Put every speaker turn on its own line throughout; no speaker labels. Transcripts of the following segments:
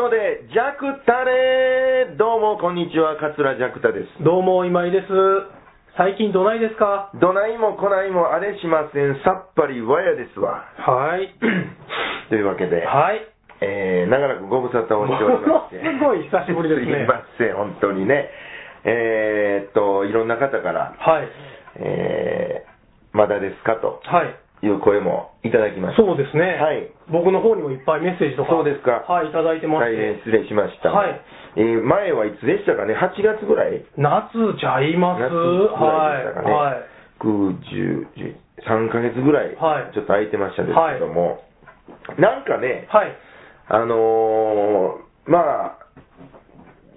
ので、ジャクタレどうも、こんにちは、桂ジャクタです。
どうも、今井です。最近どないですか
どないもこないもあれしません、さっぱりわやですわ。
はい。
というわけで、
はい。
えー、長らくご無沙汰をしておりまして。
ものすごい久しぶりですね
いません、本当にね。えー、っと、いろんな方から、
はい。
えー、まだですかと
はい。
いう声もいただきました。
そうですね。
はい。
僕の方にもいっぱいメッセージとか。
そうですか
はい、いただいてま
大
して。
変失礼しました。
はい。
えー、前はいつでしたかね ?8 月ぐらい
夏ちゃいます。
夏ぐらいでしたかね、
はい。
9、10、11 3ヶ月ぐらい、
はい
ちょっと空いてましたですけども、なんかね、
はい。はい。
あのーまあ、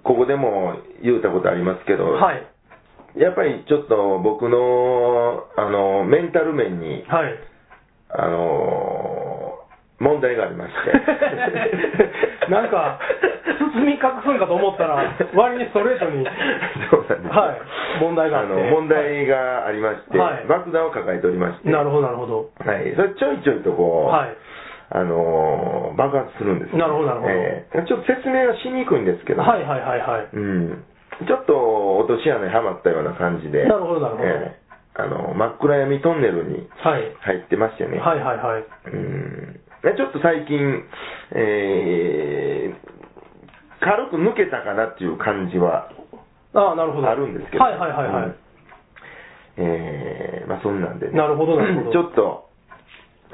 ここでも言うたことありますけど、
はい。
やっぱりちょっと僕の、あのーメンタル面に、
はい。
あのー問題がありま して。
なんか、包み隠すんかと思ったら、割にストレートに。
そうなんですよ
はい問題があって
の問題がありまして、
はい
爆弾を抱えておりまして、
なるほど、なるほど。
はい、それちょいちょいとこう、
はい。
あのー爆発するんですよ
なるほどなるほど
ええちょっと説明はしにくいんですけど、
はいはいはいは
う
い。
ん、ちょっと落とし穴にはまったような感じで、
なるほどなるほど
ええあの真っ暗闇トンネルに
はい。
入ってましてね、
はいはいはい。
うん、でちょっと最近、えー軽く抜けたかなっていう感じは
ああ、なるほど。
あるんですけど、
はいはいはいはい。
うんえーまあそんなんでね、
なるほどなるほど
ちょっと、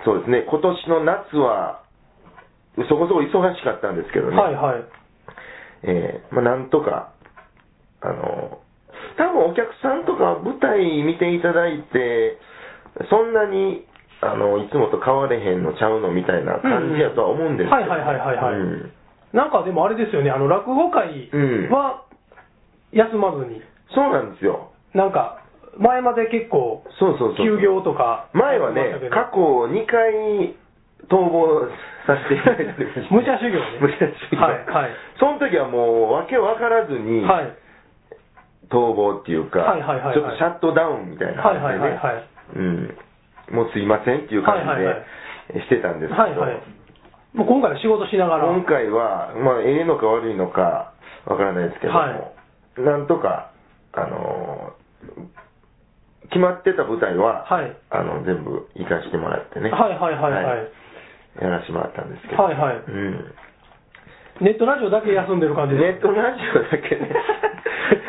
そうですね、今年の夏は、そこそこ忙しかったんですけどね、
はいはい。
えーまあ、なんとか、あの、多分お客さんとか舞台見ていただいて、そんなに、あの、いつもと変われへんのちゃうのみたいな感じやとは思うんですけど、
うんうんはいはいはいはいはい
うん
なんかでもあれですよね、あの落語会
うん
は休まずに、
そうなんですよ。
なんか前まで結構、
そうそうそう。
休業とか、
前は
やっ
ね、
てました
過去2回逃亡させていただいておりま して
武者修行ね
武者修行。
はいはい
その時はもう、わけわからず
け
に、
どはい、
逃亡っていうか、
はいはいはいはい
ちょっとシャットダウンみたいな
はい
感
はい
じ
は
で
い
ね、
はい、
うん、もうすいませんっていう感
はいはいは
じでしてたんですけど、
はいはい、もう今回は仕事しながら、
今回は、まあ、ええのか悪いのかわからないですけども、
はい
なんとか、あのー決まってた舞台は、
はい
あの全部行かしてもらってね、
はいはいはいはい
やらしてもらったんですけど、
はいはい
うん
ネットラジオだけ休んでる感じです。
ネットラジオだけ ね、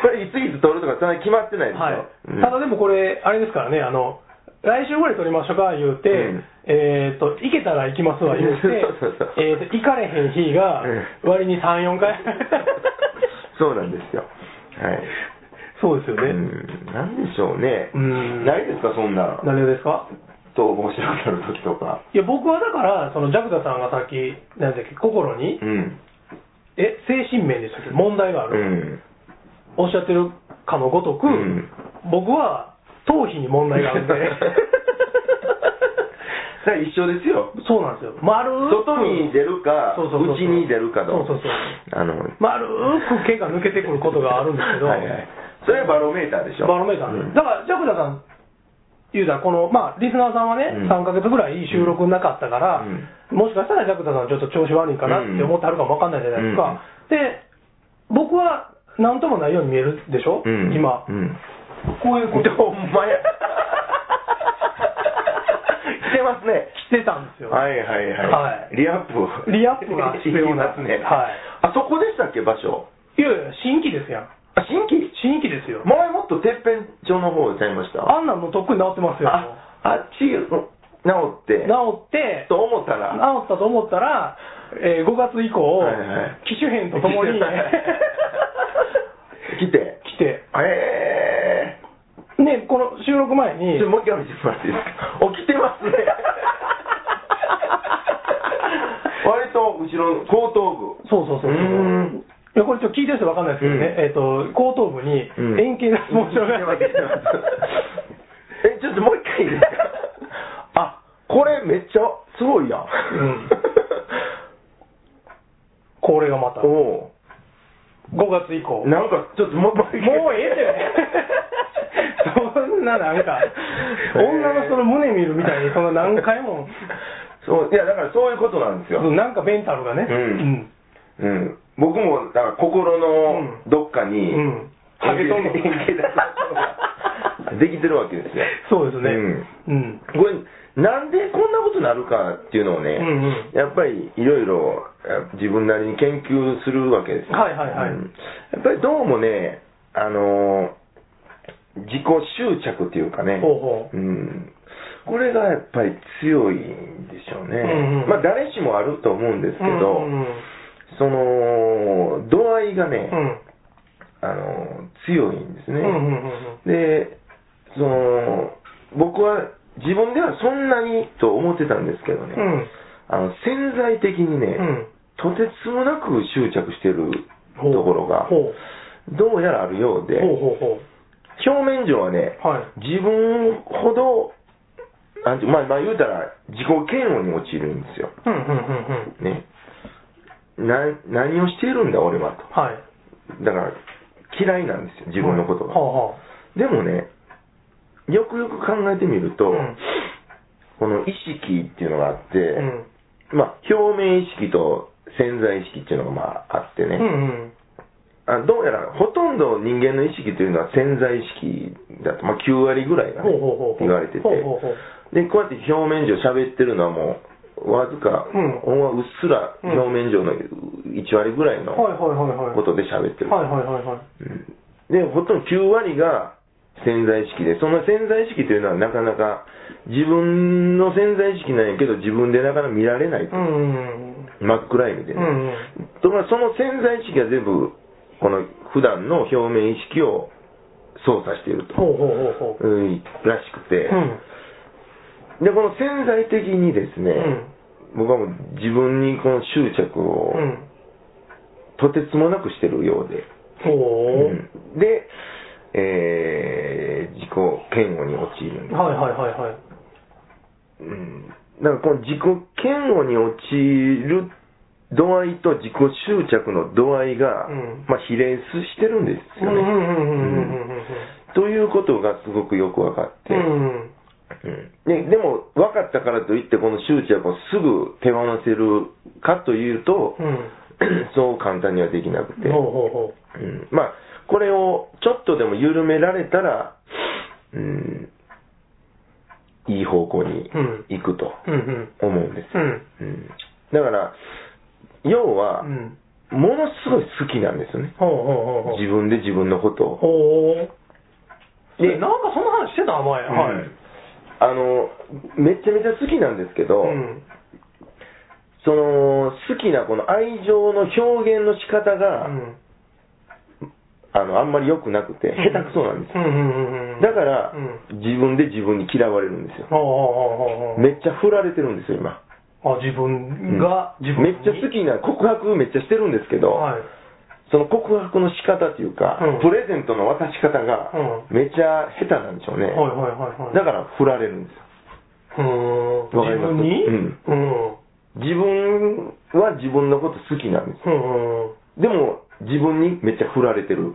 これいついつ撮るとか、そんな決まってないですよ。
はい
うん
ただでもこれ、あれですからね、あの来週ぐらい撮りましょうか言うて、
うん
えっと行けたら行きますわ言うて、
そうそうそう
えーと行かれへん日が
うん
割に3、4回、
そうなんですよ。はい。
そうですよ
う
ね、
ん、なんでしょうね。
うん
ないですか、そんな。
何がですか
と面白くなる時とか。
いや僕はだから、そのジャクダさんがさっき、なんだっけ、心に
う、ん。
え精神面でしたっけ、問題があ
う
る、
ん。
おっしゃってるかのごとく、
うん
僕は頭皮に 問題があるんで、
さあ一緒ですよ。
そうなんですよ、丸く
外に出るか、
そうそうそうそう
内に出るかの。
そうそうそう
あの、
丸く毛が抜けてくることがあるんですけど、
はいはい。それはバロメーターでしょ。
バロメーターね、
うん
だから、ジャクダさん、言うたら、この、まあ、リスナーさんはね、
うん
3ヶ月ぐらい収録なかったか
う
ら、
ん
もしかしたらジャクダさん、ちょっと調子悪いかなって思ってはるかもわかんないじゃないですか。で、僕は、なんともないように見えるでしょ、
うん
今、
うん。
こういうこと
ほん まや。してますね。
してたんですよ。
はいはいはい。
はい
リアップを
リアップが必要
行
な
きますね。
はい
あそこでしたっけ、場所。
いやいや、新規ですやん。
あ、新規
新規ですよ。
前もっとてっぺん町の方ちゃいました
あんなんもうとっくに治ってますよ。
あ、あっち、うん治って。
治って、
と思ったら。
治ったと思ったら、え5月以降、
はいはい
機種編とと もに
来て。
来て、
え
ね、この収録前
ー。
に
ちょ、もう一回見てもらっていいですか。起きてます ね。割と後ろの後頭部。
そうそうそうそう
うーん
いやこれちょっと聞いてる人分かんないですけどね、
うん
えっと後頭部に
うん
円形脱毛症が、
え、ちょっともう一回いいですかあ、これめっちゃすごいやん。
んこれがまた5
お
月以降
うなんかちょっともう、もう一回
もうええってそん ななんか女の人の胸見るみたいにその何回も
そう、いやだからそういうことなんですよ。
なんかメンタルがね、
うんうん。僕も、だから心のどっか
う
に、
ん。
円
げ
形
とんの
円形だったのができてるわけです よ。
そうですね。
う
うん。
これ、なんでこんなことになるかっていうのをね、
うんうん
やっぱりいろいろえ自分なりに研究するわけですよ
はいはいはい
うんやっぱりどうもね、あのー自己執着っていうかね、
ほうほう
うん、これがやっぱり強いんでしょうね。
うんうん
まあ、誰しもあると思うんですけど、
うんうんうん
その、度合いがね、
うん。
あのー強いんですね。
うんうんうん
で、その、僕は自分ではそんなにと思ってたんですけどね、
うん
あの潜在的にね、
うん
とてつもなく執着してると
ほう
ころが、
ほう
どうやらあるようで、
ほうほうほ
表面上はね、
はい
自分ほど、なんてまあ、まあ言うたら自己嫌悪に陥るんですよ。
う。うんうんうんうん。
ね。な、何をしているんだ俺は
はい。
と。だから嫌いなんですよ、自分のことが。
はあは
でもね、よくよく考えてみると、
うん
この意識っていうのがあって、
あ。うん。
まあ、表面意識と潜在意識っていうのがまああって
う
ね、
んうん。
あどうやらほとんど人間の意識というのは潜在意識だと、まあ、9割ぐらいが、ね
ほうほうほう
言われてて
ほうほうほう
でこうやって表面上喋ってるのはもうわずか、
うん
ほんまうっすら
うん
表面上の1割ぐらいの
はいはいはいはい。
ことで喋ってる、
はいはいはいは
う
い。
んでほとんど9割が潜在意識でその潜在意識というのはなかなか自分の潜在意識なんやけど自分でなかなか見られないと、
うんうんうん。
真っ暗いみたいな、
うんうん
ところがその潜在意識が全部この普段の表面意識を操作していると、
ほうほうほうほう。
うんらしくて、
う
で
ん。
この潜在的にですね、僕はもう自分にこの執着を
うん。
とてつもなくしてるようで、
ほ
うん
う。
で、えー、自己嫌悪に陥るんです、
はいはいはいはい。
うん、だからこの自己嫌悪に陥る度合いと自己執着の度合いが、
うん
まあ、比例してるんですよね。
うんうんうんうんうんうんうん
うんということがすごくよく分かって、
うん。
うんででも分かったからといってこの執着をすぐ手放せるかというと、
うん。
そう簡単にはできなくて、
ほうほうほう。
うんまあこれをちょっとでも緩められたら、うん、いい方向に行くと
うんうん。
思うんです
う
よ、
ん。
うんだから要は
う、ん。
ものすごい好きなんですよね
ほうほうほうほう。
自分で自分のことを
ほう。
で
で、なんかその話してた、前。はい。
あのめちゃめちゃ好きなんですけど、
うん。
その好きなこの愛情の表現の仕方が、
うん。
あのあんまり良くなくて下手くそなんです
う
よ、
んうんうん。
だから、
うん。
自分で自分に嫌われるんですよ
ほうほうほうほう。
めっちゃ振られてるんですよ今、
あ、自分が、
うん
自分
めっちゃ好きな告白めっちゃしてるんですけど、
はい。
その告白の仕方というか、
うん
プレゼントの渡し方が
う
めっちゃ下手なんでしょうね、
はいはいはいはい。
だから振られるんですよ
うーん。
わかり
自
ますうん
分にうん。
自分は自分のこと好きなんです
うん。うん。
でも、自分にめっちゃ振られてる。
ふーん。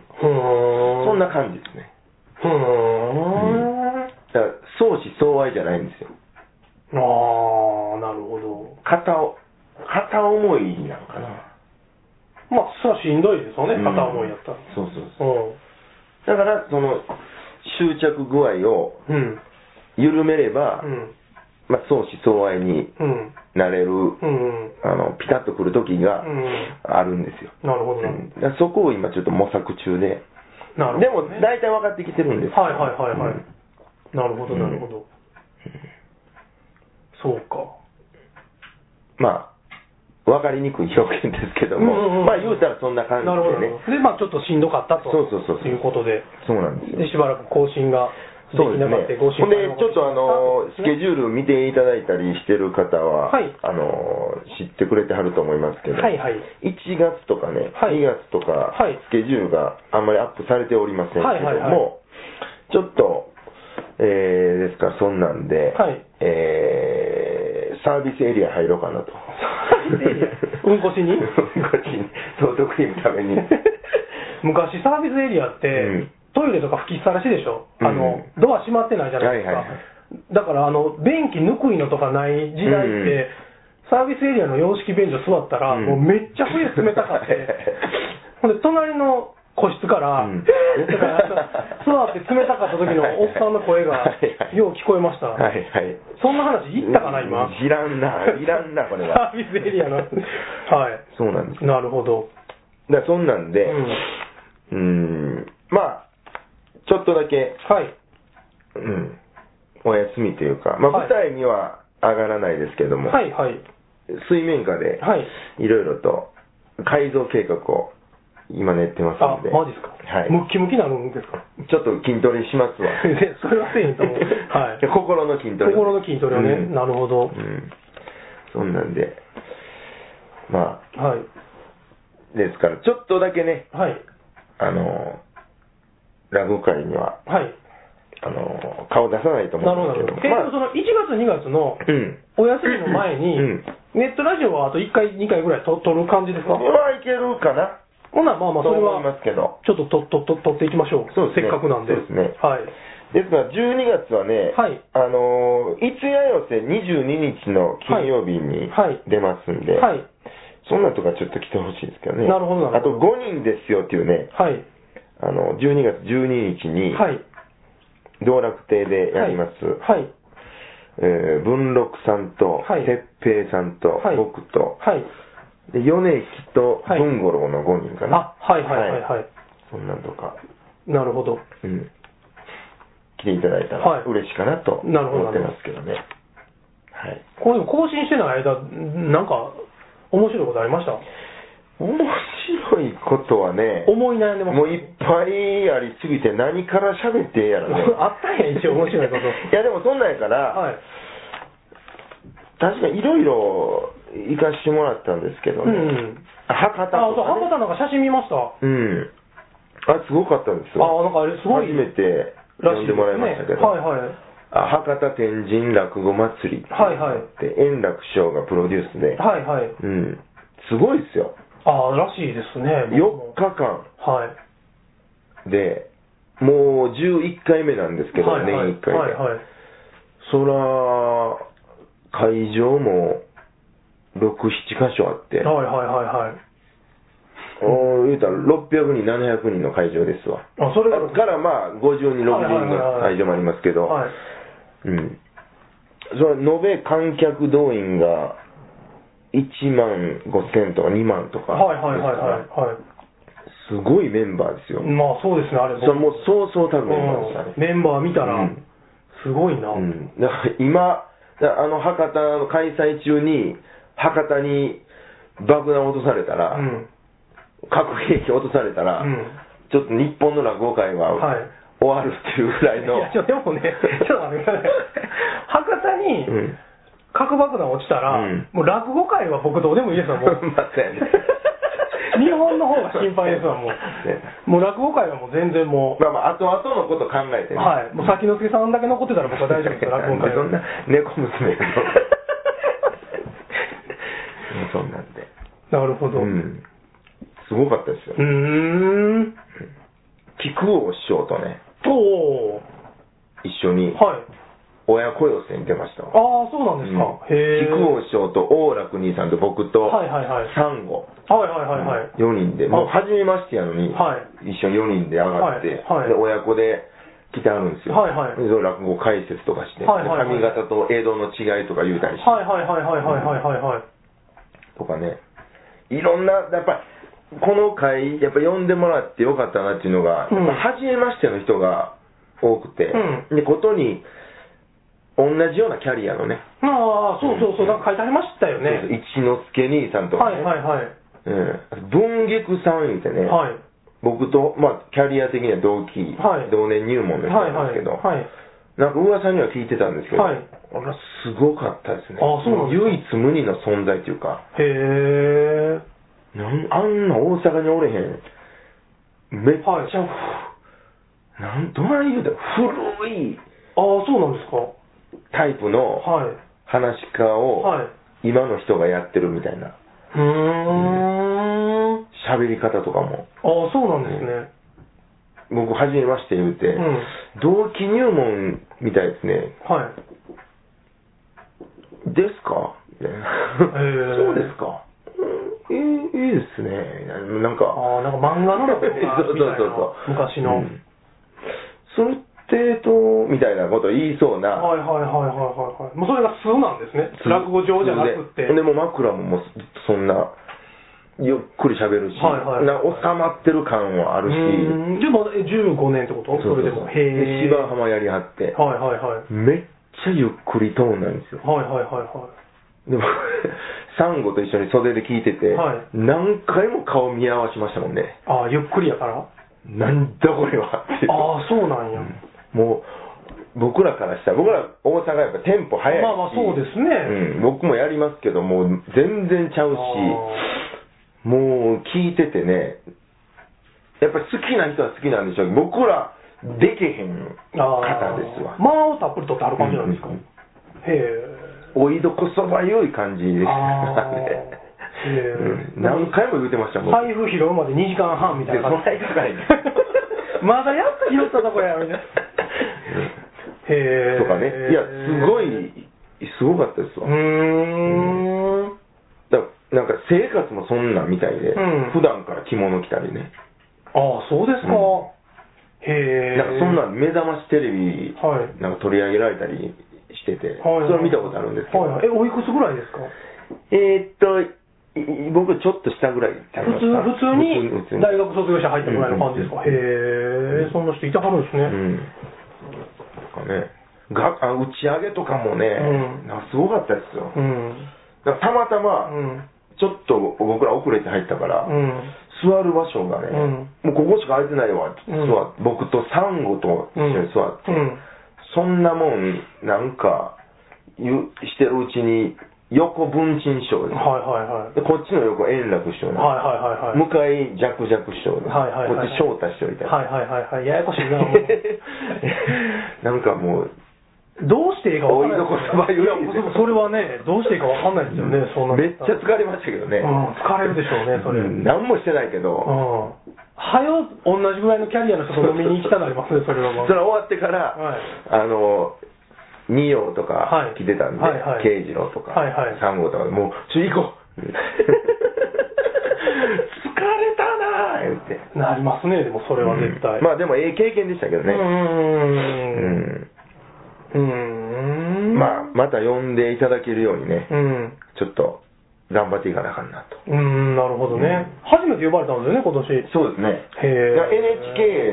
そんな感じですね。
ふーん。あ
だから、相思相愛じゃないんですよ。
あ、なるほど。
片お、片思いなんかな。
まあ、それはしんどいですよね、
うん
片思いやったら。
そうそうそう。
う
だから、その、執着具合を
ん。うん。
緩めれば、
うん。
まあ、相思相愛に
うん。
なれる、
うん。
あの、ピタッとくる時が
うん
あるんですよ。
なるほど
う
な。
んだからそこを今ちょっと模索中で。
なるほど
で
ね。
も、大体分かってきてるんですよ
はいはいはいはい。
うん
なるほど、
うん
なるほど。そうか。
まあ、わかりにくい表現ですけども、
うんうんうん
まあ言うたらそんな感じ
なるほど
で
ね
ね。。
で、まあちょっとしんどかったと。
そうそうそうそう
いうことで。
そうなんですよ。
で、しばらく更新がで
そう
き
です
な
ね
かった。更。
ほ
新
んで、ちょっとあの、スケ
ジュ
ジュール
ール
見ていただいたりしてる方は、
はい
あの、知ってくれてはると思いますけど、
はいはい
1月とかね、
はい
2月とか、
はい
スケジュールがあんまりアップされておりませんけども、
はいはいはい
ちょっと、えー、ですからそんなんで、
はい
えー、サービスエリア入ろうかなと。
サービスエリアうんこし に
うんこしに。ソフトクリーム食べに。
昔サービスエリアって、
うん
トイレとか吹きっさらしでしょ、
うん
あのドア閉まってないじゃないですか、
はいはいはい
だからあの便器ぬくいのとかない時代って、
うん
サービスエリアの洋式便所座ったら、
うん
もうめっちゃ冬冷たか って、ほんで、隣の個室から、
うん
えーとか座って冷たかった時のおっさんの声が
はいはい
よう聞こえました。
はいはい。
そんな話言ったかな、今。
いらんな、いらんな、これは。
サービスエリ アの。はい。
そうなんです。
なるほど。
だからそんなんで、うーん、まあ、ちょっとだけ、
はい。
うん、お休みというか、まあ、
はい
舞台には上がらないですけども、
はい、はい。
水面下で、
はい。
いろいろと改造計画を今練ってます
あ
ので、、
マジですか。
はい、
ムッキムキなるんですか。。
ちょっと筋トレしますわ
ねそれはせえへんと思う。は い。
心の筋トレ。
心の筋トレをね、
うん
なるほど。
うん。そんなんで、ま
はい。
あ、ですから、ちょっとだけね、
はい。
あの、ラグ界には、
はい。
あの、顔出さないと思
なるほ
うん
ど。
で
え
す
っ
けど
と
も、、
その1月、2月の
うん。
お休みの前に、
うん
ネットラジオはあと1回、2回ぐらいと撮る感じですか
これはいけるかな、
ほな、まあまあ、
と
それ
思、
はい
ますけど。
ちょっとととと撮っていきましょう。
そうですね
せっかくなんで。
そうですね
はい。
ですから、12月はね、
はい
あのー、いつやよせ22日の金曜日に
はい
出ますんで、
はい。
そんなんとかちょっと来てほしいんですけどね。
なるほどなるほど
あと5人ですよっていうね、
はい。
あの、12月12日に、
はい。
道楽亭でやります、
はい。
えー文禄さんと、
はい
哲平さんと、
はい
僕と、
はい。
で米木と
はい
文五郎の5人かな。
あ、はいはいはいはい。
そんなんとか、
なるほど。
うん。来ていただいた
はい
ら嬉しいかなと
なるほど
思ってますけどね。はい。
これでも更新してない間、なんか、面白いことありました
面白いことはね、
思い悩んでます。
もういっぱいありすぎて何から喋ってええやらね
。あったんや一応面白いこと
いやでもそんなんやから、
はい。
確かにいろいろ行かしてもらったんですけどね、
うん
博多と
あ、そう、
か、ね、
博多なんか写真見ました。あ、
うんあすごかったんですよ
なんかあれすご
初
い。
めて
ら
呼んです
しいでね
もらいましたけど、
はいはい。
あ博多天神落語祭りって
はいはい
で円楽師匠がプロデュースで、
はいはい。
うんすごいですよ
あらしいです
4
ね。
日間
はい。
でもう11回目なんですけど、
はいはい
年1回で、
はいはい。
そら会場も67箇所あって、
はいはいはいはい。
おー言うたら600人、700人の会場ですわ。
あ、それが、
だからまあ、50人、60人の会場もありますけど、
はい。
うん。それ、延べ観客動員が1万5000とか2万とか。
はいはいはいはい。はい
すごいメンバーですよ。
まあそうですね、あれ。
それはもうそうそうたる
う
メンバーでしたね
ん。メンバー見た
う
ら
ん、
すごいな。
うん。だから今、だからあの博多の開催中に、博多に爆弾落とされたら、
うん
核兵器落とされたら、
うん
ちょっと日本の落語界は
はい
終わるっていうぐらいの、
いや、ちょでもね、ちょっと待ってください。博多に
うん
核爆弾落ちたら、
うん。
もう落語界は僕どうでもいいですわ、もう
またやね
日本の方が心配ですわ、もう。
ね
もう落語界はもう全然もう、
まあまあ、後々のこと考えてね。
はい。もう先の助さんだけ残ってたら僕は大丈夫ですよ、落語界
そ
は。
んな、猫 娘の。そんなんで。
なるほど。
う。
うん
すごかったですよ
ー。ん。
菊王師匠とね、
おー。
一緒に
はい。
親子寄せに出ました
ああ
わ。、
そうなん
うん
ですか。へえ。
菊王師匠と王楽兄さんと僕と、
はいはいはい。
サンゴ。
はいはいはいはい。
4人で、もう初めましてやのに、
は
一緒に4人で上がって、
はいはい
で親子で来てあるんですよ、
はいはい
でその落語解説とかして、
はいはいはい
で髪型と映像の違いとか言うたりして、
はいはいはいはいはいはいはいはい。
とかね、いろんな、やっぱりこの回、やっぱ呼んでもらってよかったなっていうのが、
うん
やっぱ初めましての人が多くて、
う
でことに、同じようなキャリアのね、
ああ、そうそうそう、なんか書いてありましたよ
そう一
ね。
之輔兄さんとか、
は
ね
いはいはい。
うん、文菊さん言うてね、
はい。
僕と、まあ、キャリア的には同期、
はい
同年入門の人
はい
なん
は
ですけ
い。
ど、
はい。
なんか噂には聞いてたんですけど、
はい
あら、すごかったですね。
あそうなんですか
唯一無二の存在というか、
へえ。
なんあんな大阪におれへん、めっちゃ、
はい
なんどない言うたら古い
ああ、そうなんですか。
タイプの
はい。
話し家を、
はい。
今の人がやってるみたいな、
うーん。
喋り方とかも、
ああ、そうなんですね。
僕、初めまして言うて、
うん
同期入門みたいですね。
はい。
ですかね。
ー
そうですか。うんいいいいですね。なんか。
ああ、なんか漫画の落語 家みたいな昔の
うんそれってと、みたいなこと言いそうな。
はいはいはいはいはいはい。もうそれが素なんですね。落語上じゃなくって。
ででもう枕ももうそんな、ゆっくり喋るし、
はいはい
な収まってる感はあるし、
うんでもえ15年ってこと
う
そ
う
れで
う
も。へ
で
え。
芝浜やりはって、
はいはいはい。
めっちゃゆっくりトーンなんですよ。
はいはいはいはい。
でも、サンゴと一緒に袖で聞いてて、
はい
何回も顔見合わしましたもんね。
ああ、ゆっくりやからあ
なんだこれはっていう。
あ、そうなんや。
もう、僕らからしたら、僕ら大阪やっぱテンポ早いし。
まあまあそうですね
うん、僕もやりますけど、もう全然ちゃうし、もう聞いててね、やっぱり好きな人は好きなんでしょうけど、僕らできへん
あ
方ですわ。
まあをたっぷりとってある感じなんですか。
うんうん
へえ。
おいどこそばよい感じでした
あー
ね
へー
うん何回も言うてましたもん。
財布拾うまで2時間半みたいな感
で
じ
そんなに高い
まだやっと拾ったとこやみ たいなへえ
とかね。いや、すごい、すごかったです
う
わ。
ーん
だからなんか生活もそんなんみたいで、
うん
普段から着物着たりね、
ああそうです
う
か、
ん
へえ
なんかそんなん目覚ましテレビ
はい
なんか取り上げられたりしてて、
はい
それを見たことあるんですけど、
はいはいえおいくつぐらいですか
えーっといい僕ちょっと下ぐらいちゃい
普
まし
通
た
普通に
普通に
大学卒業者入ったぐらいの感じですか、
うん
へえそんな人いたはるんですね、
うんなんかねがあ打ち上げとかもね、
うん
なんかすごかったですよ、
うん
なんかたまた
う
ま
ん
ちょっと僕ら遅れて入ったから、
うん
座る場所がね、
う
もうここしか空いてないわって
うん
座って、僕とサンゴと一緒に座って、
うん
そんなもん、なんか、ゆしてるうちに、横文鎮師匠
はい
で
は
す、
いはい
でこっちの横円楽師匠
はい
で
はいはい
向かい弱弱師匠で、
はいはいはいはい
こっち翔太師匠みたいな。
はいはいはいはいややこ しいなもう
なんかもう、
どうしていいか分からない
おいどこそばより
いや僕それはねどうしていいか分かんないですよねそんな
めっちゃ疲れましたけどね。
うん疲れるでしょうねそれ
うん何もしてないけ
う
ど、
んはよ同じぐらいのキャリアの人と飲みに行きたなりますねそれはもう
それ終わってから、
はい
あの、二葉と
は
か
い
来てたんで、
はいはい
慶次郎とか、
はいはい
三号とか、もう、ちょ行こ う疲れたなぁ、言って。
なりますねでもそれは絶対、
うんまあでも、ええ経験でしたけど
う
ね。
ん
うん
うん
まあ、また呼んでいただけるようにね、
うん
ちょっと、頑張っていかなあかんなと。
うんなるほどね、初めて呼ばれたんですよね今年
そうですね。
へ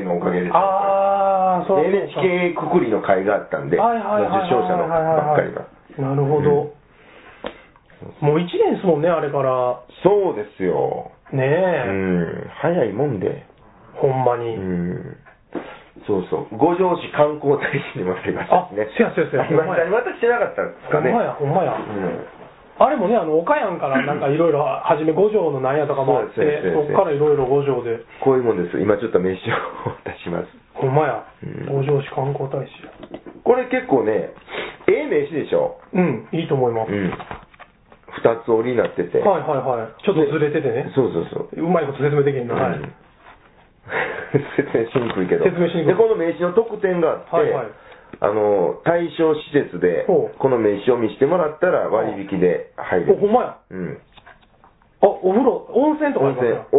いや
え
NHK のおかげですよ。
ああそう
NHK くくりの会があったんで、
はいはいはいはいはいはい
もう受賞者のばっかりが。
なるほど、もう1年ですもんねあれから
そうですよ。
ね
うん、
え、
早いもんで。
ほんまに、
うん。そうそう。五条市観光大使にもなりました
あ
しね。
せやせやせや
ありましたね。またしてなかったんです
ほ
か
ん
ね。
まやほんま
う
や、
ん。
あれもねあの岡山 からなんかいろいろ初め五条のなんやとかもあって
そうですそうです
そっからいろいろ五条で
こういうもんです。今ちょっと名刺を 出します。
ほんまや、
うん
五条市観光大使
これ結構ね、ええ名刺でしょ。
うんいいと思います、
うん。二つ折りになってて。
はいはいはいちょっとずれててね
そうそうそう。
うまいこと説明できへんな、はい
うん 説明しにくいけど。
説明しにくい
で、この名刺の特典があって、
はいはい
あの、対象施設で、
ほう
この名刺を見せてもらったら割引で入
おほ
る。
んまや
うん。
あお風呂温泉とか
温
あります
泉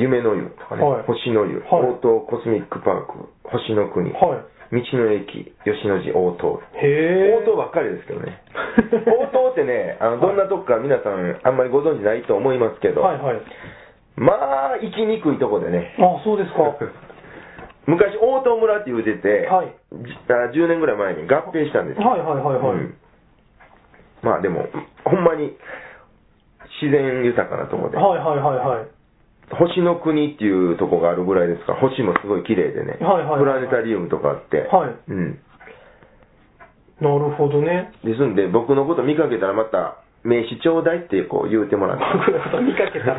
や、
応答温泉、夢の湯とかね、
はい
星の湯、
はい
応答コスミックパーク、星の国、
は
道の駅、吉野寺、応答。
いへえ
応答ばっかりですけど ね。応答ってね、あのどんなとこか皆さんあんまりご存知ないと思いますけど、
はいはい
まあ、行きにくいとこでね。
あそうですか
昔、大東村って言うてて、
はい
じあ10年ぐらい前に合併したんですよ
はいはいはいはい
うんまあでも、ほんまに自然豊かなとこで、
はいはいはいはい
星の国っていうとこがあるぐらいですから、星もすごい綺麗でね、
はいはいはい
プラネタリウムとかあって、
はい
うん、
なるほどね
ですんで、僕のこと見かけたらまた、名刺ちょうだいって こう言うてもらって、
僕のこと見かけた らへ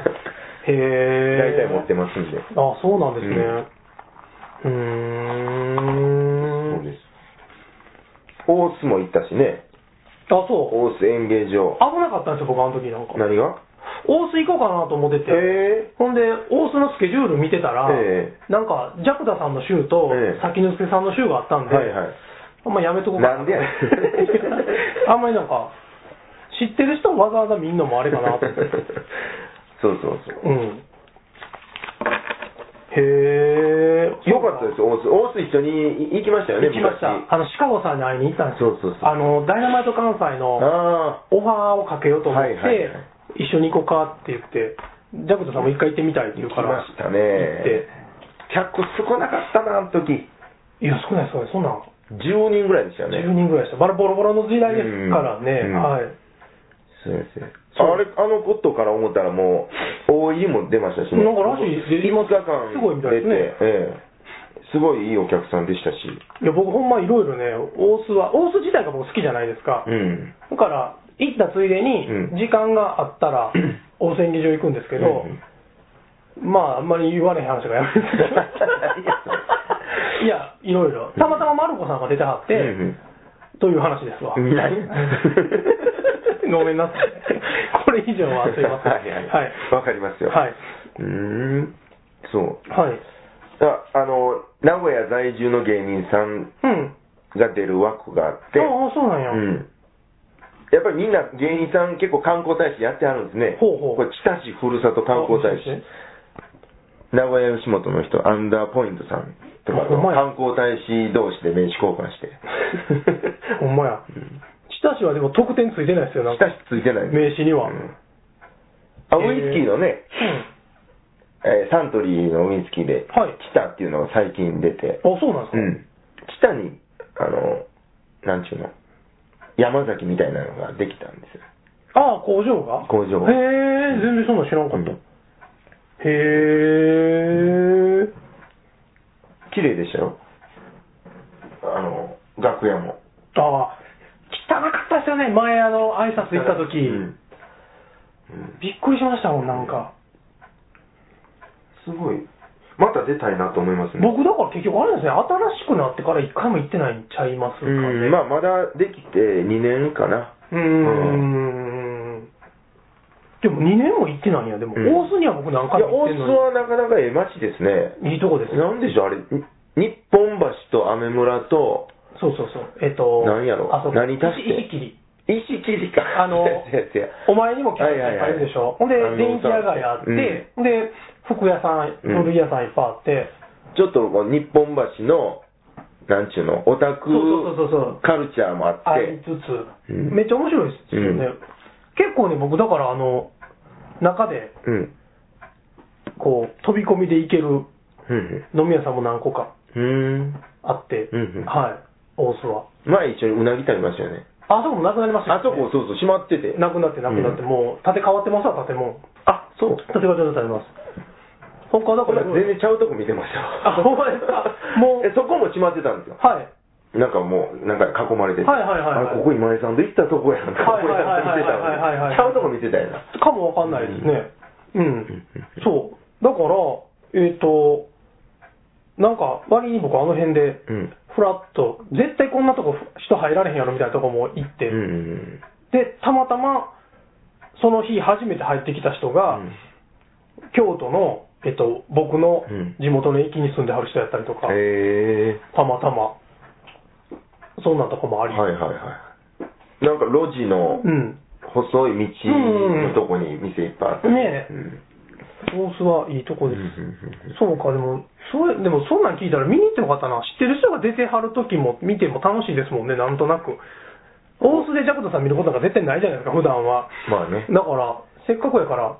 え
大体持ってますんで。
あそうなんですね。うーん。
す。大須も行ったしね、
あ、そう。
大須演芸場。
危なかったんですよ、僕、あの時なんか。
何が
大須行こうかなと思ってて、
え
ほんで、大須のスケジュール見てたら、
え
なんか、ジャクダさんの週と、
ええ
先之助さんの週があったんで、
はいはい
あんまやめとこうか
なんでやねん
あんまりなんか、知ってる人をわざわざ見んのもあれかなと思って。
そうそうそうう。
ん。へえ。
よかったですよ、大須。大須一緒に行きましたよね、
行きました。あの、シカゴさんに会いに行ったんですよ。
そうそうそう
あの、ダイナマイト関西の、
ああ、
オファーをかけようと思って、
はいはいはい
一緒に行こうかって言って、ジャクトさんも一回行ってみたいって言
行
う
き
から、
ました
行って
ね。、客少なかったな、あの時。
いや、少ないです、少ない、そんなん、
10人ぐらいでしたよね。
10人ぐらいでした、まだボロボロの時代ですからね、
うんうん
はい、
そうですね。
そう
あれ、あのことから思ったらもう、大入りも出ましたしね。
なんからしいです
5日間
すごいみたいですね
出てええすごいいいお客さんでしたし。
いや僕、ほんまいろいろね、大須は、大須自体が僕、好きじゃないですか、
うん。
だから、行ったついでに
うん、
時間があっ たら、大泉技場行くんですけど、
うん
まあ、あんまり言われへん話がやめですけど いや、いろいろ、たまたまマルコさんが出てはって、
うん
という話ですわ。
うん何
ごめんなさい。これ以上はすいません。
はいはい
はい。
わかりますよ。
はい。
うーん。そう。
はい。
ああの、名古屋在住の芸人さん
うん。
が出る枠があって、
ああ、そうなんや。
うん。やっぱりみんな芸人さん結構観光大使やってはるんですね。
ほうほう
これ、千田市ふるさと観光大使。名古屋吉本の人、アンダーポイントさんとか
あほんま
の
や
観光大使同士で名刺交換して。
ほんまや。チタシはでも特典ついてないですよ、なん
親
か。
しついてない。
名刺には
うんあ、
へー
ウイスキーのね、
う
えーサントリーのウイスキーで、
はい
チタっていうのが最近出て、
ん。あ、そうなんです
うん。チタ
か。
に、あの、なんちゅうの、山崎みたいなのができたんですよ。
ああ、工場が
工場
へえ、全然そんなん知らんかった。
うん
へえ。
綺麗でしたよ。あの、楽屋も。
ああ、汚かったですよね、前、あの、挨拶行った時、
うん
びっくりしましたもん、なんか。
すごい。また出たいなと思いますね。
僕だから結局あれですね、新しくなってから一回も行ってないんちゃいますか
う
ね。
ん、まあ、まだできて2年かな。
うーん。でも2年も行ってないんや、でも。
うん
大須には僕何
い
回
や、
も
大
行ってん
須
の
はなかなかええ街ですね。
に。いいとこですよ。
なんでしょう、あれ、に日本橋と雨村と、
そうそうそう。えっ、と、
何やろ
あそこ。
何足して
石切り。
石切りか。
あの
せやせや
お前にも来たってあるでしょ。ほんで
はいはいはい、
電気屋街あって、
う
で、服屋さん、
うん
古着屋さんいっぱいあって、
ちょっとこう日本橋の、なんちゅうの、オタク
そうそうそうそう
カルチャーもあっ
あ
て、
りつつ、
うん
めっちゃ面白いですよね。
うん
結構ね、僕だから、あの、中で、
うん。
こう、飛び込みで行ける
うん
飲み屋さんも何個か
うん。うん。
あって、
うんうん
はい、大須は。
前一緒にうなぎ食べましたよね。
あそこもなくなりました
あ
よ
そ
ね、
こ、そうそう、閉まってて。
なくなってなくなって、
うん
もう建て替わってますわ、建物。
あ、そう。
建て替わってます。他だ
これ
から、
全然ちゃうとこ見てましたわ
あ ほんまですかもう
えそこも閉まってたんですよ。
はい。
なんかもう、なんか囲まれてて。
はいはいはいはい
あここ今井さんと行ったとこやんか。
はい
ここ
はい
や
はい
んと見てたわ
はいはいはいはいはい
ねちゃうとこ見てたよな。
かもわかんないですね。うん。そう。だから、えっ、と、なんか、割に僕あの辺で、
うん。
ふらっと、絶対こんなとこ人入られへんやろみたいなとこも行って、
うんうん
で、たまたま、その日初めて入ってきた人
う
が、
ん。
京都の、えっと、僕の
うん
地元の駅に住んではる人やったりとか、
へえ。
たまたま、そんなとこもあ
はいはい
り、
はい。なんか路地の
うん、
細い道のとこに店いっぱいあった。
ね
う
え
ん
コースはいいとこ
うんう
です。
ん
そうか、でも、それ、でもそんなん聞いたら見に行ってよかったな。知ってる人が出てはる時も見ても楽しいですもんね、なんとなく。大須でジャクトさん見ることなんか絶対ないじゃないですか、普段は。
まあね。
だから、せっかくやから、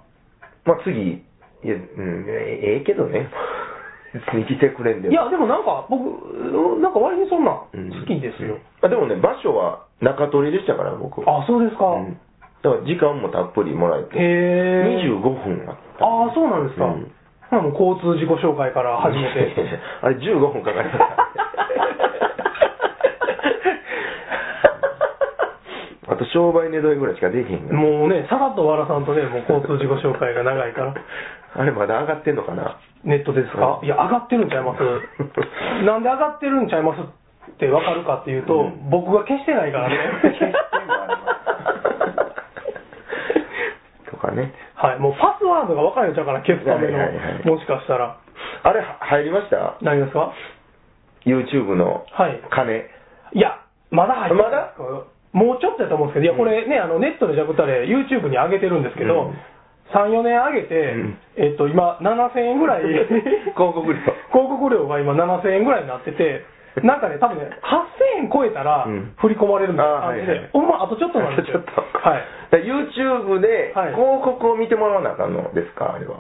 まあ次、いや、うん、えええけどね。 別に来てくれんでも。
いや、でもなんか、僕、なんか割にそんなん
うん
好きですよ。。
あでもね、場所は中取りでしたから、僕。
あ、そうですか。
うんだから時間もたっぷりもらえて、
へえ。
25分あった。
ああ、そうなんですか。
うん
まあもう交通自己紹介から始め て。
あれ15分かかりま した。あと商売ねどいぐらいしかできへんから
もうね、さらっと和田さんとね、もう交通自己紹介が長 いから、
あれまだ上がってんのかな
ネットですか、
うん
いや、上がってるんちゃい ますなんで上がってるんちゃいますってわかるかっていうと、
うん
僕が消してないからね。
とかね。
はい、もうパスワードが分かるんちゃうから、消すための、
はいはいはい
もしかしたら。
あれ入りました
何ですか
?YouTube の
はい。
金。
いや、まだ入ってない
まだ
もうちょっとやと思うんですけど、いや、これね、あのネットでジャクタレ、YouTube に上げてるんですけど、
うん
3、4年上げて、
ん
えっと、今、7000円ぐらい、
広告料
広告料が今、7000円ぐらいになってて、なんかね、多分ね、8000円超えたら
うん
振り込まれるみたいな
あー
感じ
はいはい、
でほんまあとちょっとなんです
ちょ
よ。
っと。
はい。
だから YouTube で
はい
広告を見てもらわなあかんのですか、あれは。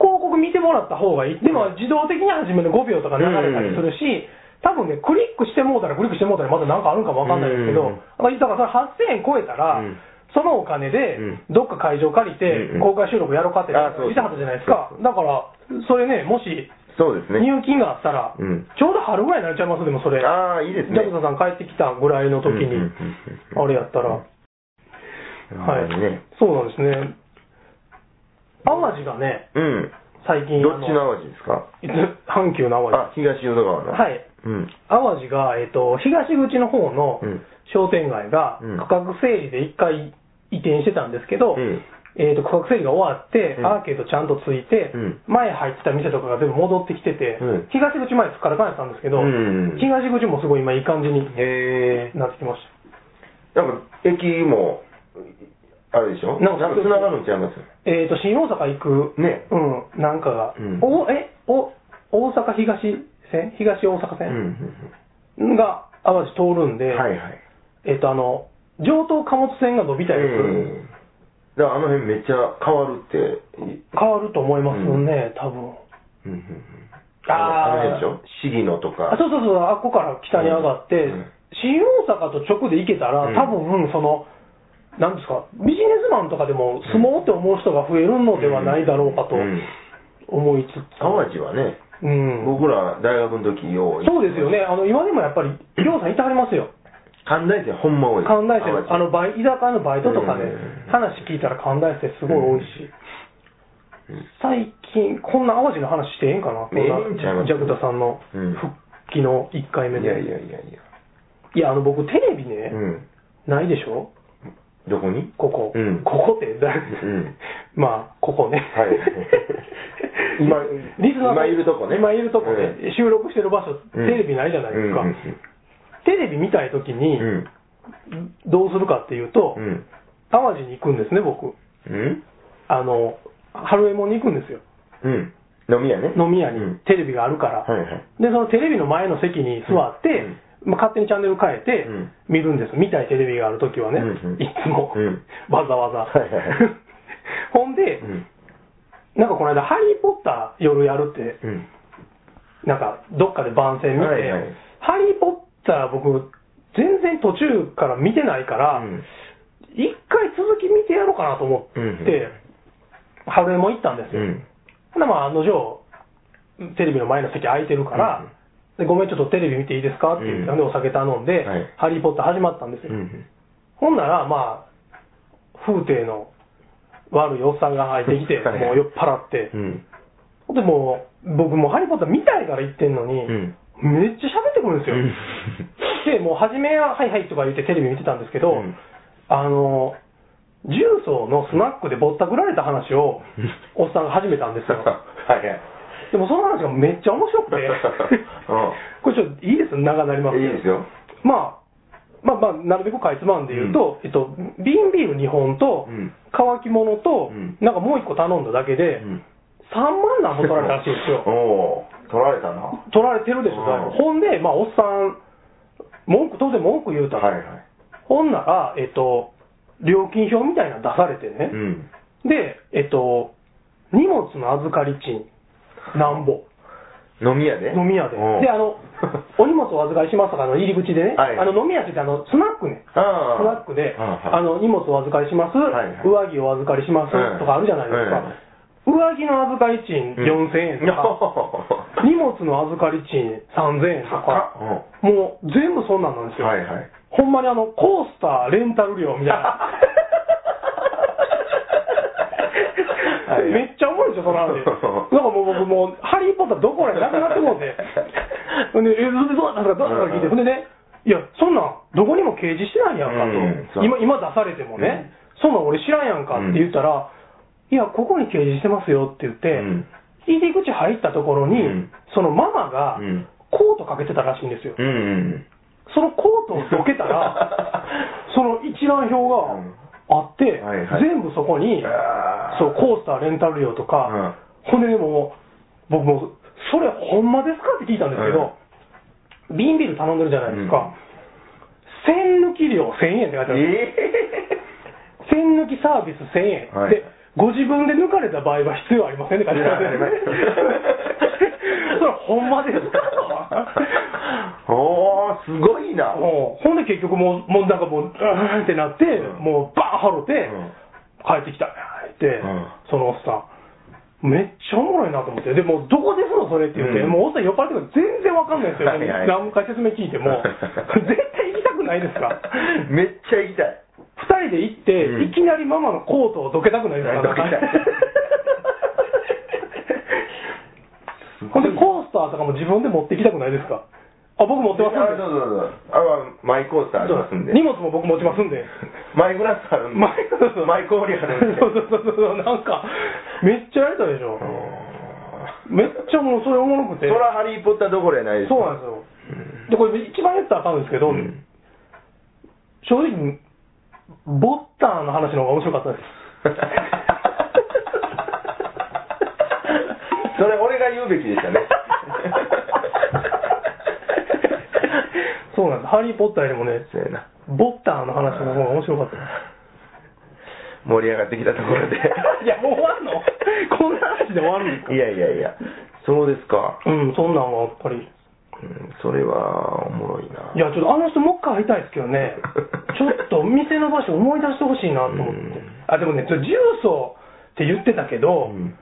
広告見てもらった方がいい。でも自動的に初めの5秒とか流れたりするし、多分ね、クリックしてもうたらクリックしてもうたらまだなんかあるんかもわかんないですけ
う
ど
ん、
まあだからそれ8000円超えたら、
うん
そのお金で
うん、
どっか会場借りて
う、ん
公開収録やろうかって言
あ
っ
そうそう
てはったじゃないですか
そ。
だから、それね、もし
そうですね。
入金があったら、
うん
ちょうど春ぐらいになっちゃいます、でもそれ。
ああ、いいです
ジ
ね
ャ。クソンさん帰ってきたぐらいの時
うんうん
に、
うんうん
あれやったら、は
ほんまに
い
ね。。
そうなんですね。淡路がね、
うん。
最近、
どっち
あの
の淡路ですか
いつ阪急の
あ、
淡路。
東淀川の。。
はいい。
うん。
淡路が、えっと、東口の方の
うん
商店街が
うん、
区画整理で一回移転してたんですけど、
うん
えっと、区画整理が終わって
う、ん
アーケードちゃんとついて
うん、
前入ってた店とかが全部戻ってきてて
うん、
東口前すっからかんやったんですけど
うんうんうん、
東口もすごい今いい感じに
へえ。
なってきまし
なんか、駅も、あれでしょ
なんか
繋がるんちゃいます
た。えっと、新大阪行く、
ね
うん、なんかが
うん、
お、え、お、大阪東線東大阪
うんう
線
ん
が淡路通るん
う
で
ん。、はいはい。
えっと、あの、上等貨物線が伸びたりする、
うんだからあの辺めっちゃ変わるって。
変わると思いますよね、多分。
うんうんうん
あー
あの辺でしょ市議のと
あ
か。
そうそうそう、あっこから北に上がって、
うんうん
新大阪と直で行けたら、
うん
多分、その、なんですか、ビジネスマンとかでも相撲って思う人が増えるのではないだろうかと
うん
思いつつ。
淡路はね、
うん
僕ら大学の時よう
そうですよね、あの今でもやっぱり、りょうさんいてはりますよ、
関大生ほんま多い。
関大生の、あ
の、
のバイ居酒屋のバイトとかで、
うん
話聞いたら関大生すごい多いし、
うん
最近、こんな淡路の話してええんかな、こん
ええ
なん
ちゃいます
ジャクタさんの
うん
復帰の1回目
い
で。
やいやいやいや。
いや、あの僕、テレビね、
うん。
ないでしょ、
どこに
ここ、
うん
ここってだ、
ん
まあ、ここね、
はい今
リスナー
今いるとこね
今いるとこね、
う
収録してる場
う
所、
ん
テレビないじゃないですか、
うんうん
テレビ見たいときに、
うん。
どうするかっていうと、
うん。
淡路に行くんですね、僕、
うん
あの春右衛門に行くんですよ、
うん。飲み屋ね。
飲み屋に、
うん
テレビがあるから、
はいはい。
で、そのテレビの前の席に座って、まあ、勝手にチャンネル変えて
うん、
見るんです、見たいテレビがあるときはね、
うんうん
いつも、
うん
わざわざ。
はいはいはい
ほんで、
うん。
なんかこの間、ハリー・ポッター夜やるって、
うん。
なんかどっかで番宣見て、
はいはい
ハリー・ポッター僕、全然途中から見てないから、
うん
一回続き見てやろうかなと思って、
うん
春江も行ったんです
う
よ。
ん。
ほんでまあ、案の定、テレビの前の席空いてるから、でごめん、ちょっとテレビ見ていいですかって言ったんで、
うん
お酒頼んで、
はい
ハリー・ポッター始まったんですよ。
うん。
ほんなら、まあ、風景の悪いおっさんが入ってきて、
はい
もう酔っ払って
う、ん。
でもう僕もうハリー・ポッター見たいから行ってんのに、
うん
めっちゃ喋ってくるんですよ。
う
で、もう初めは、はいはいとか言ってテレビ見てたんですけど、
うん
あの、重曹のスナックでぼったくられた話を
うん、
おっさんが始めたんです よ。
はいはい。
でもその話がめっちゃ面白くて
うん、
これちょっといいです長なりますけど
いいですよ。
まあ、まあまあ、なるべくかいつまんで言うと、えっと、瓶ビール2本と、
うん
乾き物と、
うん
なんかもう1個頼んだだけで、
うん
3万なんぼ取られたらしいんですよ。
おー取られたな。は
取られてるでしょ、だいぶ
うん
ほんで、まあ、おっさん、文句、当然文句言うた
い
ら、
はい。
ほんなら、えっと、料金表みたいなの出されてね、
うん。
で、えっと、荷物の預かり賃、なんぼ。
飲み屋で
飲み屋で。
おう、
で、あの お荷物お預かりしますとかの入り口でね、
はい
あの飲み屋って言ってあの、スナックね。
ああ
スナックで、
あ
あの、荷物お預かりします、
はいはい
上着お預かりします
うん
とかあるじゃないですか。上着の預かり賃4000円と か、荷物の預かり賃3000円とか、もう全部そんなんなんですよ。
はいはい。
ほんまにあの、コースターレンタル料みたい な。
はい
めっちゃ重いんですよ、その話。なんかもう僕もう、ハリー・ポッターどころやなくなっても うて。ほんで、え、どうだったか、どうだったか聞いて、ほんでね、いや、そんなん、どこにも掲示してないやんかと。
うん
今、今出されてもね、そんなん俺知らんやんかって言ったら、いや、ここに掲示してますよって言って、
うん
入り口入ったところに、
うん
そのママが
うん、
コートかけてたらしいんですよ。
うんうん。
そのコートをどけ たら、その一覧表があって、
はいはい
全部そこに、
あー
そう、コースターレンタル料とか、ほんででも、僕も、それほんまですかって聞いたんですけど、ビンビール頼んでるじゃないです
うん
か、栓抜き料1000円って書いてあるんです
え
栓抜きサービス1000円、
はい
でご自分で抜かれた場合は必要あり ませんって書いてあるんですね
いやあります
それほんまですか
ー、おー、すごいな。
ともうほんで結局もうもうなんかもううーんってなって、
うん
もうバーンはろて、
うん
帰ってきたって、
ん
そのおっさんめっちゃおもろいなと思って、でも、どこですの、それって言って、
うん
もうおっさん酔っ払ってるから全然わかんないですよ、
はいはい
何回説明聞いて も、絶対行きたくないですから、
めっちゃ行きたい。
2人で行って、
うん
いきなりママのコートをどけたくないですか
どけたい
なんかほんでコースターとかも自分で持ってきたくないですかあ僕持ってます
あ、
ん
ど
で
うぞどうぞ。あ、マイコースターありますんで。
荷物も僕持ちます んで
マイグラスあるんで。
マイク
マイクオリあるんで。
そうそうそうそうなんかめっちゃやりたいでしょめっちゃもうそれおもろく
そ
て
らハリー・ポッターどころやないです
そうなんです
よ。
よでこれ一番言ったらあかんですけど、
うん
正直ボッターの話の方が面白かったで す
それ俺が言うべきでしたね。
そうなんですハリー・ポッターよりもね
そうやな。
ボッターの話の方が面白かったです
盛り上がってきたところで。
いや、もう終わんのこんな話で終わるんですか
いやいやいや、そうですか。
うん、そんなんはやっぱり。
う
い
ん、それはおもろいな。
や、ちょっとあの人もう一回会いたいですけどね。ちょっと店の場所思い出してほしいなと思っ
う
て
ん。
あ、でもね、ちょ重曹って言ってたけ
う
ど、
ん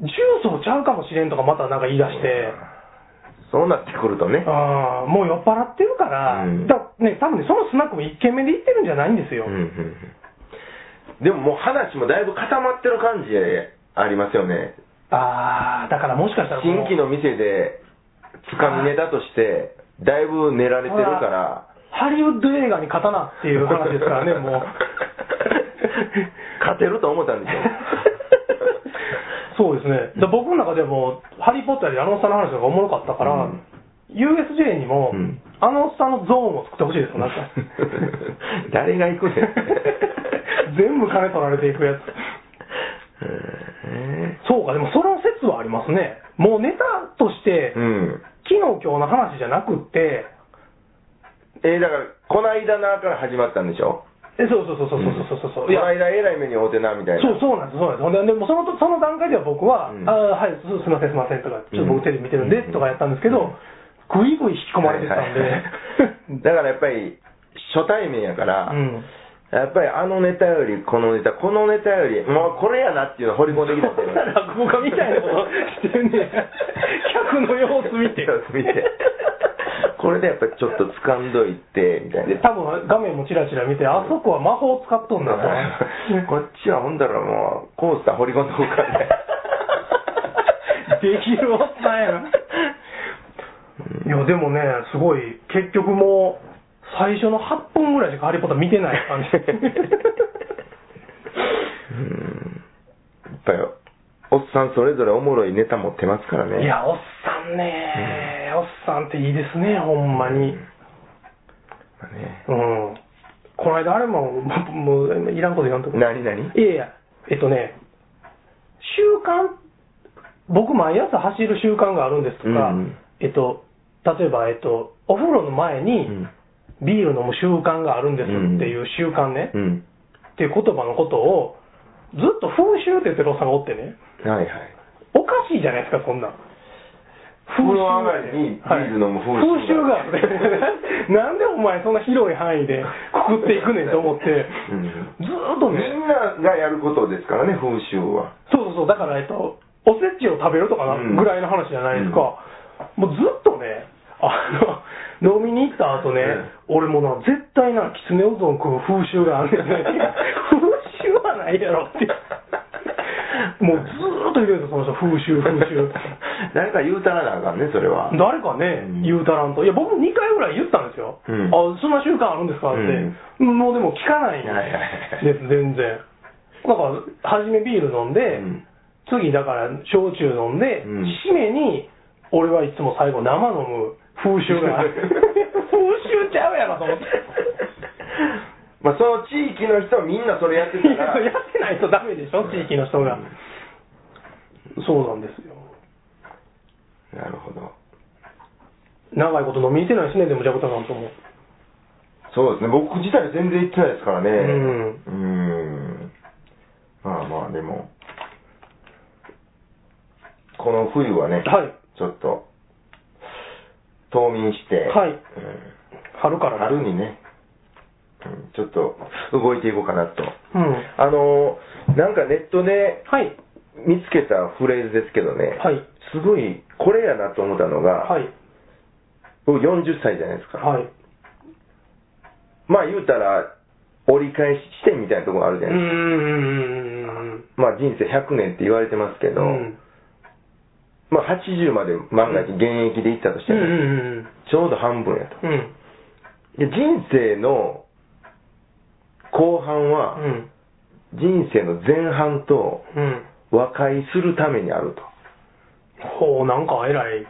重曹ちゃうかもしれんとかまたなんか言い出して、
そうなってくるとね。
あーもう酔っ払ってるから、
うん
だね、多分ね、そのスナックも一軒目で行ってるんじゃないんですよ。
うんうんうんでももう話もだいぶ固まってる感じありますよね。
あー、だからもしかしたらもう
新規の店で、つかみネタとして、だいぶ練られてるから。
ハリウッド映画に刀っていう話ですから ね、もう。
勝てると思ったんでしょ。
そうですね、だ僕の中でも、ハリー・ポッターよりあのおっさんの話の方がおもろかったから、
うん
USJ にも、
うん
あのおっさんのゾーンを作ってほ しいですよ、な んか
誰が行 くねん。
全部金取られていくやつ、
へ
そうか、でもその説はありますね、もうネタとして、
えうん。
昨日今日の話じゃなくって、
えーだから、この間なから始まったんでしょ
えそうそうそうそうそうそう
ん
そう、
こ
いや
の間、えらい目に遭うてな、みたいな。
そうそうなんです、そうなんです、ほんで、でもそのとその段階では僕
う
は、
ん
あーはい、すすみません、すみませんとか、ちょっ
う
と
ん
僕、テレビ見てるんで
うん
とかやったんですけど、ぐいぐい引き込まれてたんで、
はいはい はいだからやっぱり、初対面やから、
うん
やっぱりあのネタより、このネタ、このネタより、もうこれやなっていうのを掘り込んできたっていうのが
落語家みたいなことしてんね や客の様子見て
様子見てこれでやっぱりちょっと掴んどいて、みたい
で
な。
多分画面もちらちら見て、あそこは魔法使っとんだと。
こっちはほんだらもう、コースター掘り込んどこうかね。
できるおっさんやな。いや、でもね、すごい、結局もう、最初の8分ぐらいしかハリー・ポッター見てない感じ。
うんやっぱり、おっさんそれぞれおもろいネタ持ってますから ね。
いや、おっさんね、おっさんっていいですね、ほんまに。
まあね。
うん。この間、あれも、 もう、もういらんこと言わんとこ。
何々
いやいや、えっとね、習慣、僕、毎朝走る習慣があるんですとか、
うん
えっと、例えば、えっと、お風呂の前に
うん
ビール飲む習慣があるんですっていう習慣ね、
うん。
っていう言葉のことを、ずっと風習って言ってるおっさんがおってね、
はいはい。
おかしいじゃないですか、そんなん。
風呂上がりにビール飲む風習
が、はい、風習があってなんでお前そんな広い範囲でくくっていくねんと思って、
うん
ずーっと
み
ね、
んながやることですからね、風習は。
そうそうそう、だから、えっと、おせちを食べるとかな、
うん
ぐらいの話じゃないですか、もうずっとね、あの、飲みに行った後ね、俺もな、絶対な、きつねうどん食う風習があるんだよね。風習はないやろって。もうずーっと言うてるんですよその人、風習、風習。
誰か言うたら なあかんね、それは。
誰かね、
うん
言うたらんと。いや、僕2回ぐらい言ったんですよ。
うん
あ、そんな習慣あるんですかって。もうでも聞かないん
はいはいはい
です、全然。だから、初めビール飲んで、
うん
次だから焼酎飲んで、
うん
締めに、俺はいつも最後生飲む風習がある。風習メやなと思って。
まあその地域の人はみんなそれやってたら
やってないとダメでしょ、地域の人が。そうなんですよ。
なるほど
長いこと飲みに行ってないですね、でも、ジャコタさんとも。
そうですね僕自体全然行ってないですからね
う
うんまあまあでもこの冬はね、
はい
ちょっと冬眠して、
はい
うん
春から
春にね、うんちょっと動いていこうかなと
うん。
あのーなんかネットで
はい。
見つけたフレーズですけどね、
はい
すごいこれやなと思ったのが、
はい。
僕40歳じゃないですか、
はい。
まあ言うたら折り返し地点みたいなところあるじ
う
ゃ
ー
ないですか、
ん。
まあ人生100年って言われてますけど、
うん
まあ80まで万が一現役で行ったとして
うん
も、
うん
ちょうど半分やと
うん。うん。
で人生の後半は
うん。
人生の前半と
うん。
和解するためにあると
ほう、なんか、えらい、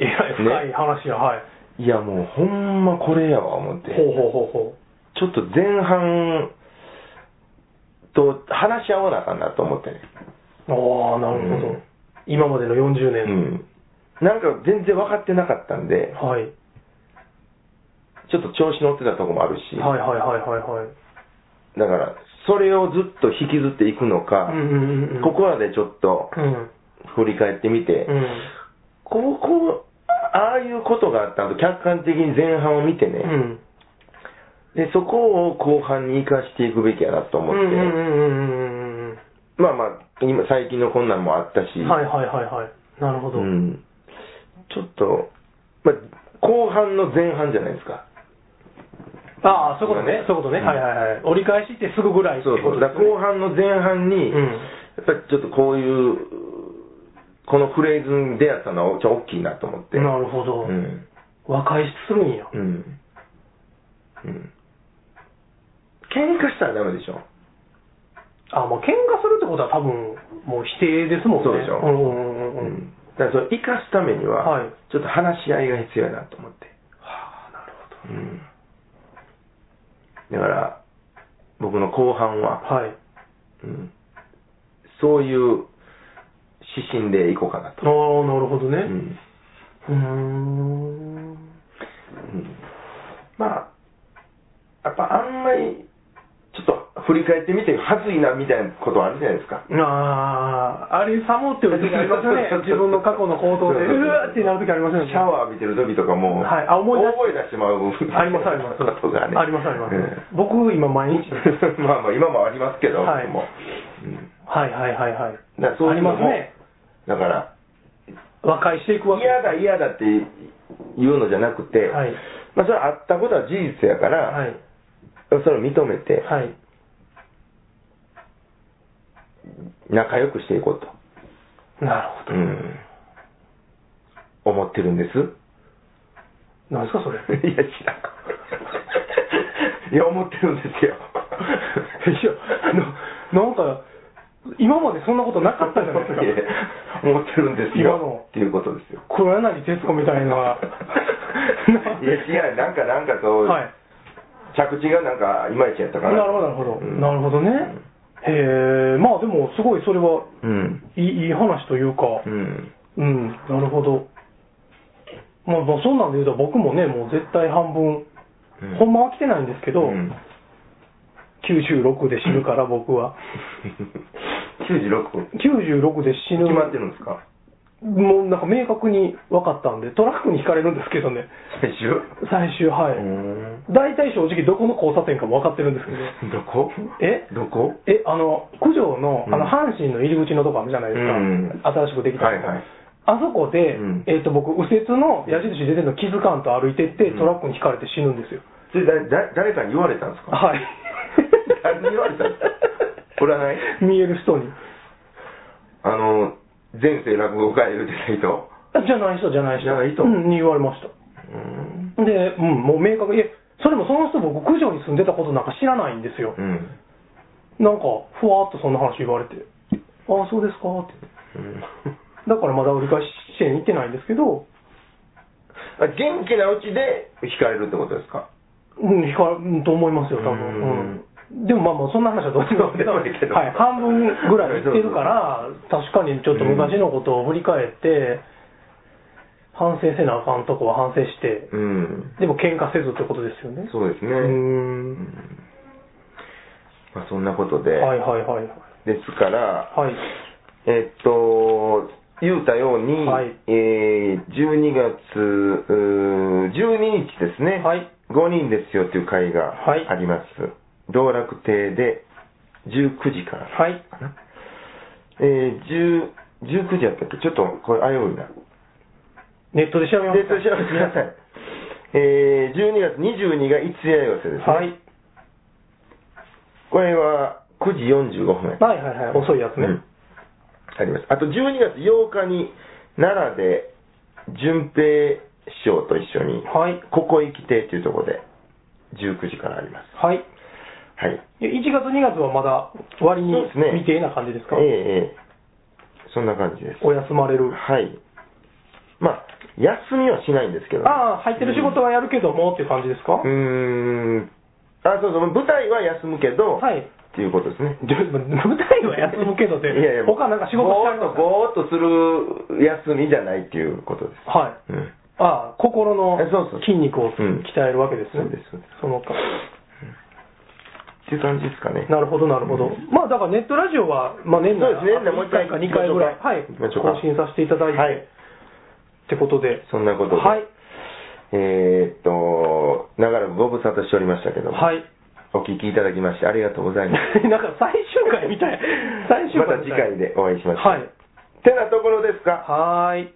えらい深い話や、はい。
いやもうほんまこれやわ思って
ほうほうほうほ
ちょっと前半と話し合わなあかんなと思ってね。
う。ああ、なるほど、
うん
今までの40
う
年。
ん。なんか全然分かってなかったんで、
はい。
ちょっと調子乗ってたとこもあるし、
はいはいはいはいはい。
だから、それをずっと引きずっていくのか、
うんうんうんうん。
ここらでちょっと
うん。
振り返ってみて、
うん。
ここ、ああいうことがあったと客観的に前半を見てね、
うん。
で、そこを後半に生かしていくべきやなと
う
思
んう
って、
んうんうんうんうん
まあまあ、今、最近の困難もあったし、
うん。はいはいはいはい。なるほど。
うん、ちょっと、まあ、後半の前半じゃないですか。
ああ、そういうことね。そういうことね。
うん
はいはいはい。折り返しってすぐぐらいって
そうそ
こと
う。
で
だか
す
ら後
ね。
半の前半に、
うん
やっぱりちょっとこういう、このフレーズに出会ったのは、ちょっと大きいなと思って。
なるほ
う
ど。
ん。
和解するんや。
うん。うん。喧嘩したらダメでしょ。
ああ、まあ喧嘩するってことは多分、もう否定ですもんね。
そうでしょ
うんうんうん
う
うんうん。
ん。だからそれを生かすためには、
はい
ちょっと話し合いが必要やなと思って。
はあ、なるほ
う
ど。
ん。だから、僕の後半は、
はい。
うんそういう指針でいこうかな
ああ、
と。
なるほどね。
うん
うーん。
うんまあ、やっぱあんまり、ちょっと振り返ってみて、はずいなみたいなことあるじゃないですか。。
ああ、あれさもっていう時ありますよね 自分の過去の行動
そ
で、
うそうそう
うわーってなる時ありますよね。
シャワー浴びてる時とかも、
はいあ思い出す
出してまう。
ありますあり ます。
ことがね。
ありますあります。
うん
僕、今、毎日。
まあまあ、今もありますけど、
はい
もううん
はいはいはいはい。
だからそう
あ
い
り
うの
ま
も
すね。
だから、
和解していくわけ。
嫌だ嫌だっていうのじゃなくて、
はい
まあ、それはあったことは事実やから、
はい。
それを認めて、
はい。
仲良くしていこうと、
なるほ
うん思ってるんです。
ど。なんですか、それ。
いや、知らん。いや、思ってるんですよ。
いや、あの、なんか、今までそんなことなかったじゃないですか。
いや思ってるんです
今
よ
の。
っていうことですよ。
黒柳徹子み たいな。
いや、違う、なんか、なんかそう、
はい。
着地がなんか、いまいちやったか
な
ら。
るほど、なるほど。
うん
なるほどね。へえ、まあでも、すごいそれは
うん。
いいいい話というか、
うん。
うん、なるほど。まあ、まあ、そんなんで言うと、僕もね、もう絶対半分、
うん
ほんまは来てないんですけど、
うん
96で死ぬから、僕は。
96分。
96で死ぬ。
決まってるんですか
もうなんか明確に分かったんで、トラックにひかれるんですけどね、
最終
最終、は
う
い。
ーん。
大体正直、どこの交差点かも分かってるんですけど。
どこ
え
どこ
え、あの、九条の、
うん
あの、阪神の入り口のとこあるじゃないですか。
うん
新しくできたと
は
こ
いはい
あそこで、
うん
えっ、と、僕、右折の矢印出てるの気づかんと歩いてって、
うん
トラックにひかれて死ぬんですよ。
それだだ誰かに言われたんですか
はい。
誰に言われたんですか占い
見える人に。
あの、前世落語会言うてた人。
あじゃない人、じゃない人。
じゃない人
うん、に言われました。
うーん。
で、うん、もう明確に、え、それもその人、僕、九条に住んでたことなんか知らないんですよ。
うん。
なんか、ふわーっとそんな話言われて、ああ、そうですかって言って。
うん
だからまだ折り返し地点行ってないんですけど、
あ元気なうちで惹かれるってことですか
うん、ひかうんと思いますよ、多分。うん。でもまあまあ、そんな話はどうでもいいけ
ど
ど、
うでもいいけど
はい、半分ぐらい行ってるから、確かにちょっと昔のことを振り返って、反省せなあかんとこは反省して、
うん。
でも喧嘩せずってことですよね。
そうですね。
うー。
うんんまあ、そんなことで、
はいはいはい。
ですから、
はい。
えっと、言うたように、
はい
えー12月うー12日ですね、
はい
5人ですよという会が
はい
あります。道楽亭で19時からか
はい。
な。えー10 19時やったっけちょっとこれ危ういな。
ネットで調べます
で、そちらをください。えー12月22が一夜寄せですね。
はい。
これは9時45分や
はいはいはい。遅いやつね。
うんあります。あと12月8日に奈良で順平師匠と一緒に、
はい。
ここ行き亭というところで19時からあります。
はい。
はい。
1月2月はまだ割に
そうですね
未定な感じですか
ええええそんな感じです。
お休まれる。
はい。まあ、休みはしないんですけど、
ああ、入ってる仕事はやるけどもっていう感じですか、
うーん。あ、そうそう、舞台は休むけど、
はい。
っていうことですね。
じゃ舞台は休むけどって、
いやいや、
他なんか仕事
ぼ
して
ーっ
あり
と、
ますか
ぼーっとする休みじゃないっていうことです。
はい。
うん。
ああ、心の
えそうそう
筋肉
う
を
ん
鍛えるわけです
そう
ね。
ですそうです
そのか。
っていう感じですかね。
なるほど、なるほど。まあ、だからネットラジオは、まあ、年内、
そうですね
あと
もう一回
か2回ぐらい、はい、
行きましょうか
更新させていただいて、
はい。
ってことで。
そんなことで。
はい。
えーっと、長らくご無沙汰しておりましたけども、
はい。
お聞きいただきましてありがとうございます。
なんか最終回みたい。最終
ま
回
た次
みたい。
回でお会いしましょう。
はい。
てなところですか
はーい。